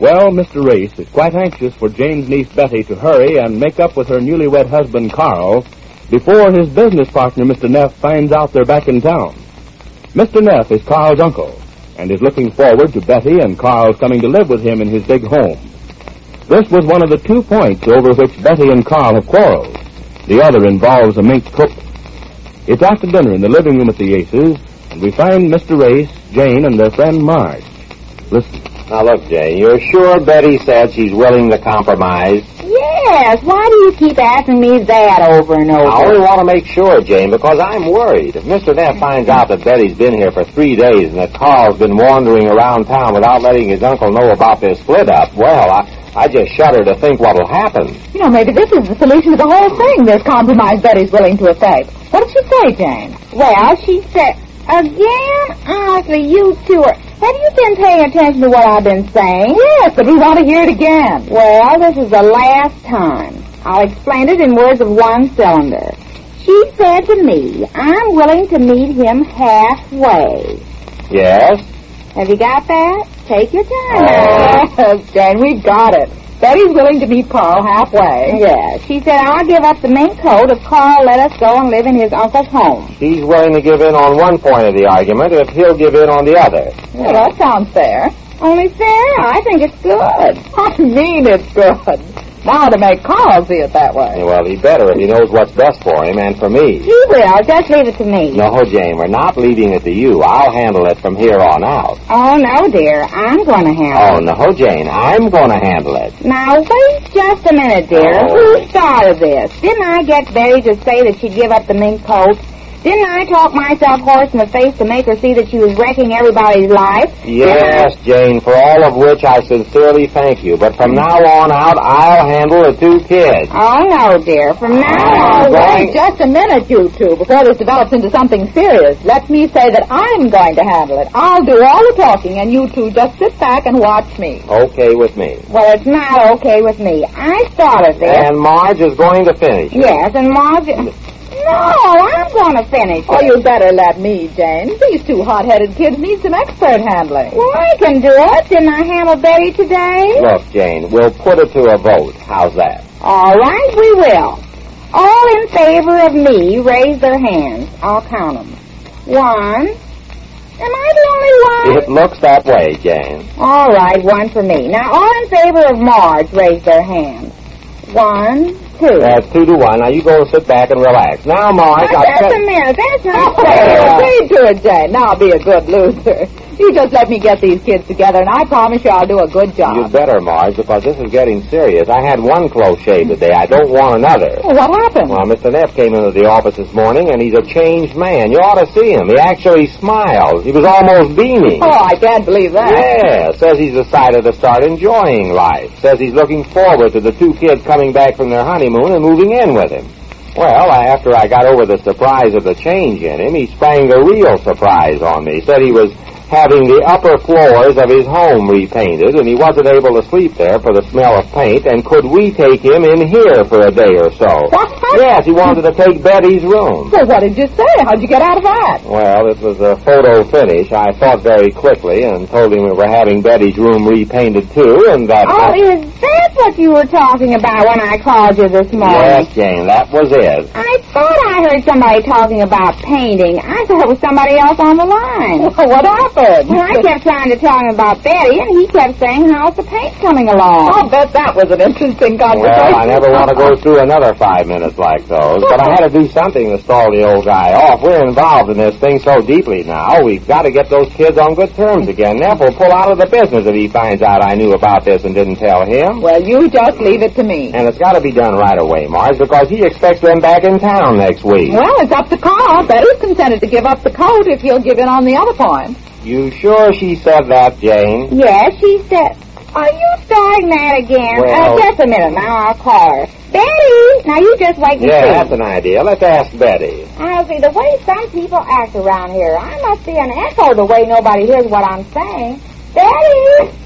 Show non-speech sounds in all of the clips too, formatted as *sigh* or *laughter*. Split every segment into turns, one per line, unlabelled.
Well, Mr. Reese is quite anxious for Jane's niece Betty to hurry and make up with her newlywed husband Carl before his business partner Mr. Neff finds out they're back in town. Mr. Neff is Carl's uncle and is looking forward to Betty and Carl's coming to live with him in his big home. This was one of the two points over which Betty and Carl have quarreled. The other involves a mink cook. It's after dinner in the living room at the Aces, and we find Mr. Race, Jane, and their friend Marge. Listen.
Now look, Jane, you're sure Betty said she's willing to compromise?
Yes, why do you keep asking me that over and over?
I only want to make sure, Jane, because I'm worried. If Mr. Neff finds out that Betty's been here for three days and that Carl's been wandering around town without letting his uncle know about their split up, well, I, I just shudder to think what'll happen.
You know, maybe this is the solution to the whole thing, this compromise Betty's willing to accept. What did she say, Jane? Well, she said, again? Honestly, you two are... Have you been paying attention to what I've been saying? Yes, but we want to hear it again. Well, this is the last time. I'll explain it in words of one cylinder. She said to me, I'm willing to meet him halfway.
Yes?
Have you got that? Take your time. *laughs* Yes, Jane, we got it. Betty's willing to meet Carl halfway. Yes. She said, I'll give up the mink coat if Carl let us go and live in his uncle's home.
He's willing to give in on one point of the argument if he'll give in on the other.
Well, that sounds fair. Only fair, I think it's good. I mean it's good. Now to make Carl see it that way.
Well, he better if he knows what's best for him and for me.
He will. Just leave it to me.
No, Jane, we're not leaving it to you. I'll handle it from here on out.
Oh, no, dear. I'm going to have
Oh,
it.
no, Jane, I'm going to handle it.
Now, wait just a minute, dear.
Oh.
Who started this? Didn't I get Betty to say that she'd give up the mink coat? Didn't I talk myself horse in the face to make her see that she was wrecking everybody's life?
Yes, Jane, for all of which I sincerely thank you. But from now on out, I'll handle the two kids.
Oh, no, dear. From now
Oh,
on...
wait
just a minute, you two, before this develops into something serious. Let me say that I'm going to handle it. I'll do all the talking, and you two just sit back and watch me.
Okay with me.
Well, it's not okay with me. I started this.
And Marge is going to finish.
Yes, and Marge... No, I'm going to finish Oh, you better let me, Jane. These two hot-headed kids need some expert handling. Well, I can do it. Didn't I handle Betty today?
Look, Jane, we'll put it to a vote. How's that?
All right, we will. All in favor of me, raise their hands. I'll count them. One. Am I the only one?
It looks that way, Jane.
All right, one for me. Now, all in favor of Marge, raise their hands. One, two.
That's two to one. Now you go sit back and relax. Now, Marge,
Now,
I
just a
said...
minute. That's *laughs*
Oh,
not fair.
yeah.
Say to it, Jane. Now be a good loser. You just let me get these kids together, and I promise you I'll do a good
You'd
job.
better, Marge, because this is getting serious. I had one close shave today. I don't want another.
Well, what happened?
Well, Mr. Neff came into the office this morning, and he's a changed man. You ought to see him. He actually smiles. He was almost beaming.
oh, I can't believe that.
Yeah, says he's decided to start enjoying life. Says he's looking forward to the two kids coming back from their honeymoon and moving in with him. Well, I- after I got over the surprise of the change in him, he sprang the real surprise on me. Said he was having the upper floors of his home repainted, and he wasn't able to sleep there for the smell of paint, and could we take him in here for a day or so? Yes, he wanted to take Betty's room.
Well, what did you say? How'd you get out of that?
Well, it was a photo finish. I thought very quickly and told him we were having Betty's room repainted too, and that.
Oh, is that what you were talking about when I called you this morning?
yes, Jane, that was it.
I thought I heard somebody talking about painting. I thought it was somebody else on the line. *laughs* what happened? Well, I kept trying to tell him about Betty, and he kept saying, how's the paint coming along? I'll bet that was an interesting
Well, I never want to go through another five minutes like those, but I had to do something to stall the old guy off. We're involved in this thing so deeply now. We've got to get those kids on good terms again. Neff will pull out of the business if he finds out I knew about this and didn't tell him.
Well, you just leave it to me.
And it's got to be done right away, Marge, because he expects them back in town next week.
Well, it's up to Carl. Betty's consented to give up the coat if he'll give in on the other point.
You sure she said that, Jane?
Yes, she said. Are you starting that again?
Well-
uh, just a minute. Now I'll call her. Betty! Now you just wait and
Yeah,
see.
that's an idea. Let's ask Betty.
I'll see, the way some people act around here, I must be an echo the way nobody hears what I'm saying. Betty!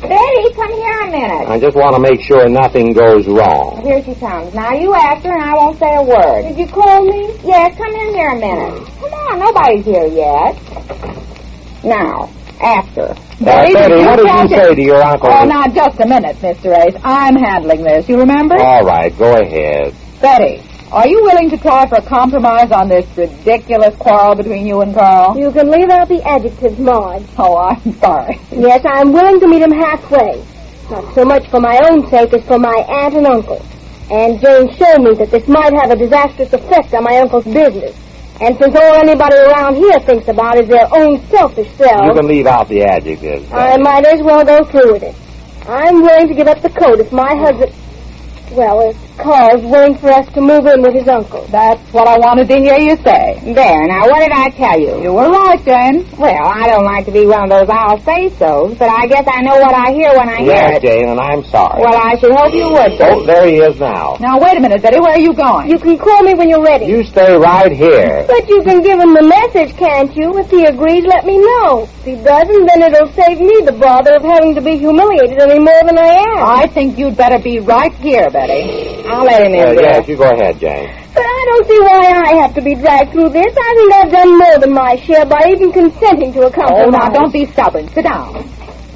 Betty, come here a minute.
I just want to make sure nothing goes wrong.
Here she comes. Now you ask her and I won't say a word. Did you call me? Yes, come in here a minute. Come on, nobody's here yet. Now, ask her.
Uh, Betty, what did you
catch it?
say to your uncle?
Oh, now, just a minute, Mr. Ace. I'm handling this. You remember?
All right, go ahead.
Betty, are you willing to try for a compromise on this ridiculous quarrel between you and Carl?
You can leave out the adjectives, Maud.
Oh, I'm sorry.
Yes, I'm willing to meet him halfway. Not so much for my own sake as for my aunt and uncle. And Jane showed me that this might have a disastrous effect on my uncle's business. And since all anybody around here thinks about is their own selfish
You
selves,
can leave out the adjectives.
I
Betty.
might as well go through with it. I'm willing to give up the coat if my husband, well, if Carl's willing for us to move in with his uncle.
That's what I wanted to hear you say.
There, now what did I tell you?
You were right, Jane.
Well, I don't like to be one of those I'll say so's, but I guess I know what I hear when I hear
Yes,
it.
Jane, and I'm sorry.
Well, I should hope you would.
oh, there he is now.
Now, wait a minute, Betty. Where are you going?
You can call me when you're ready.
You stay right here.
But you can give him the message, can't you? If he agrees, let me know. If he doesn't, then it'll save me the bother of having to be humiliated any more than I am.
I think you'd better be right here, Betty.
I'll let him
Uh,
in.
yes, you go ahead, Jane.
But I don't see why I have to be dragged through this. I think I've done more than my share by even consenting to a compromise.
Oh, now, don't be stubborn. Sit down.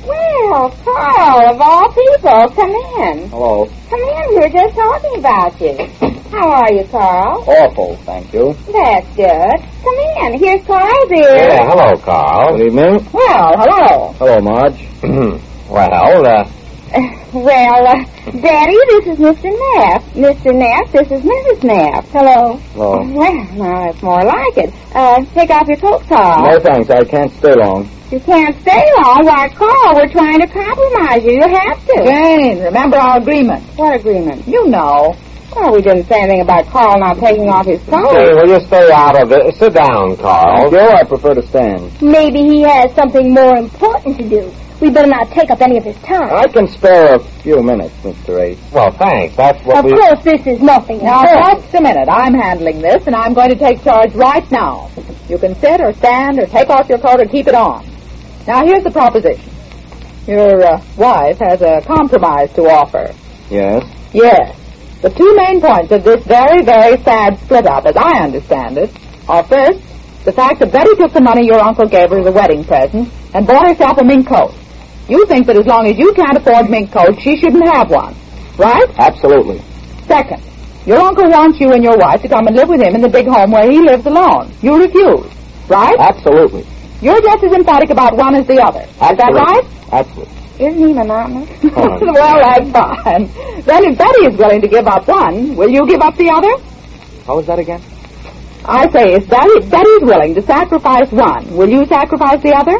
Well, Carl, of all people, come in.
Hello.
Come in. We were just talking about you. How are you, Carl?
Awful, thank you.
That's good. Come in. Here's Carl's
Yeah,
ear.
hello, Carl. Good evening.
Well, hello.
Hello, Marge. *clears throat* well, uh,
*laughs* Well, uh, Daddy, this is Mr. Knapp. Mr. Knapp, *clears throat* this is Mrs. Knapp. Hello.
Hello.
Well, now, it's more like it. Uh, take off your coat, Carl.
thanks. I can't stay long.
You can't stay long. Why, Carl, we're trying to compromise you. You have to.
Jane, remember our agreement.
What agreement?
You know.
Well, we didn't say anything about Carl not taking off his
Jane,
coat.
will you stay out of it? Sit down, Carl.
Thank
you. I prefer to stand.
Maybe he has something more important to do. We better not take up any of his time.
can spare a few minutes, Mr. Ace. Well, thanks. That's what
of
we...
course, this is nothing.
Uh, Now,
Sure.
just a minute. I'm handling this, and I'm going to take charge right now. You can sit or stand or take off your coat or keep it on. Now, here's the proposition. Your uh, wife has a compromise to offer.
Yes.
Yes. The two main points of this very, very sad split up, as I understand it, are first, the fact that Betty took the money your uncle gave her as a wedding present and bought herself a mink coat. You think that as long as you can't afford mink coats, she shouldn't have one, right?
Absolutely.
Second, your uncle wants you and your wife to come and live with him in the big home where he lives alone. You refuse, right?
Uh, Absolutely.
You're just as emphatic about one as the other. Is that right?
Absolutely.
Isn't he monotonous?
Fine.
*laughs* well, that's fine. Then if Betty is willing to give up one, will you give up the other?
How was that again?
I say, if Betty, Betty's willing to sacrifice one, will you sacrifice the other?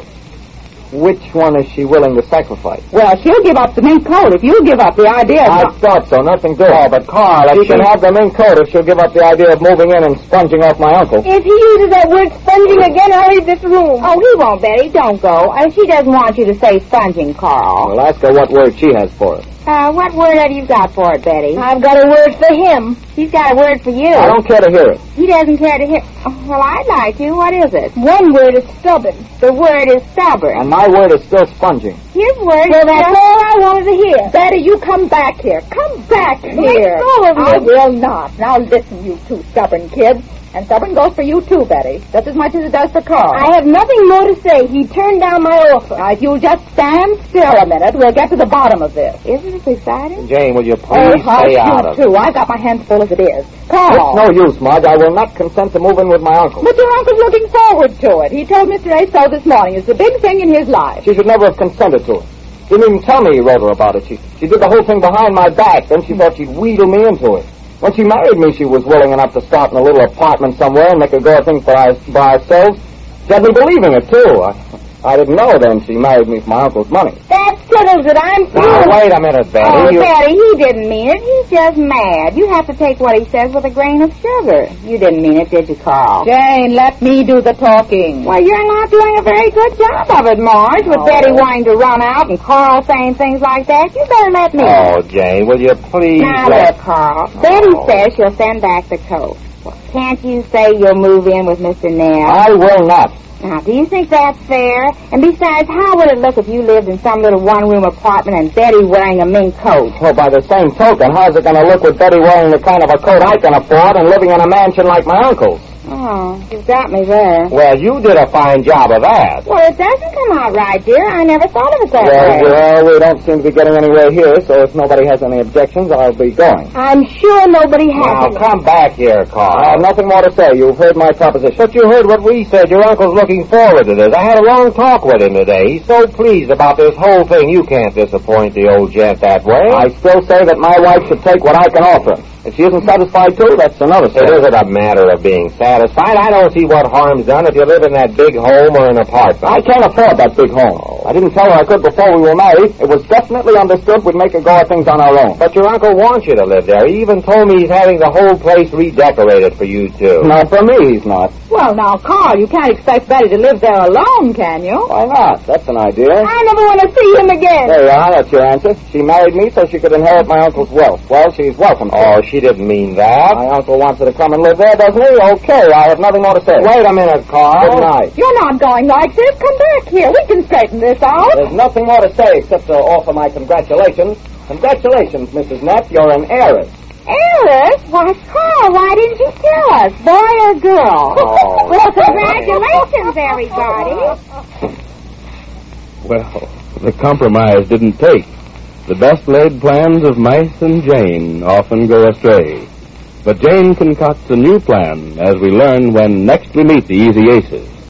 Which one is she willing to sacrifice?
Well, she'll give up the mink coat if you give up the idea. of
I
not-
thought so. Nothing doing. Oh, but Carl, she, can have them in coat if she'll give up the idea of moving in and sponging off my uncle.
If he uses that word sponging again, I'll leave this room.
Oh, he won't, Betty. Don't go. And she doesn't want you to say sponging, Carl.
I'll ask her what word she has for it.
Uh, what word have you got for it, Betty?
I've got a word for him.
He's got a word for you.
I don't care to hear it.
He doesn't care to hear. Oh, well, I'd like to. What is it?
One word is stubborn.
The word is stubborn.
And my word is still sponging.
His word
Well,
is
that's all I wanted to hear.
Betty, you come back here. Come back here.
go of
I
you.
will not. Now listen, you two stubborn kids. And stubborn goes for you too, Betty. Just as much as it does for Carl.
I have nothing more to say. He turned down my offer.
Now, if you'll just stand still a minute, we'll get to the bottom of this.
Isn't this exciting?
Jane, will you
Oh,
please
hush,
stay out
you
of it?
two. I've got my hands full as it is. Carl.
It's no use, Marge. I will not consent to move in with my uncle.
But your uncle's looking forward to it. He told Mr. A so this morning. It's the big thing in his life.
She should never have consented to it. She didn't even tell me he wrote her about it. She, she did the whole thing behind my back. Then she thought she'd wheedle me into it. When she married me, she was willing enough to start in a little apartment somewhere and make a go of things for our, by ourselves. She had me believing it, too. I, I didn't know then she married me for my uncle's money.
That settles it. I'm through.
Now, wait a minute, Betty.
Oh,
You-
Betty, he didn't mean it. He's just mad. You have to take what he says with a grain of sugar. You didn't mean it, did you, Carl?
Jane, let me do the talking.
Well, you're not doing a very good job of it, Marge, with
Oh.
Betty wanting to run out and Carl saying things like that. You better let me.
Oh, Jane, will you please...
now,
let-
look, Carl. Betty says she'll send back the coat. Well, can't you say you'll move in with Mr. Nell?
I will not.
Now, do you think that's fair? And besides, how would it look if you lived in some little one-room apartment and Betty wearing a mink coat?
Well, by the same token, how's it going to look with Betty wearing the kind of a coat I can afford and living in a mansion like my uncle's?
Oh, you've got me there.
Well, you did a fine job of that.
Well, it doesn't come out right, dear. I never thought of it that way.
Well, well, we don't seem to be getting anywhere here, so if nobody has any objections, I'll be going.
I'm sure nobody has
Now,
it.
come back here, Carl. I have nothing more to say. You've heard my proposition. But you heard what we said. Your uncle's looking forward to this. I had a long talk with him today. He's so pleased about this whole thing. You can't disappoint the old gent that way. I still say that my wife should take what I can offer. If she isn't satisfied, too, that's another story. It isn't a matter of being satisfied. I don't see what harm's done if you live in that big home or an apartment. I can't afford that big home. I didn't tell her I could before we were married. It was definitely understood we'd make a go of things on our own. But your uncle wants you to live there. He even told me he's having the whole place redecorated for you two. Not for me, he's not.
Well, now, Carl, you can't expect Betty to live there alone, can you?
Why not? That's an idea.
I never want to see him again.
There you are. That's your answer. She married me so she could inherit my uncle's wealth. Well, she's welcome. To oh, she didn't mean that. My uncle wants her to come and live there, doesn't he? Okay, I have nothing more to say. Wait a minute, Carl. Good night.
You're not going like this. Come back here. We can straighten this out.
There's nothing more to say except to offer my congratulations. Congratulations, Mrs. Knapp. You're an heiress.
Alice? Why, Carl, why didn't you tell us? Boy or girl?
Oh,
well, congratulations, everybody.
Well, the compromise didn't take. The best laid plans of mice and Jane often go astray. But Jane concocts a new plan, as we learn when next we meet the Easy Aces.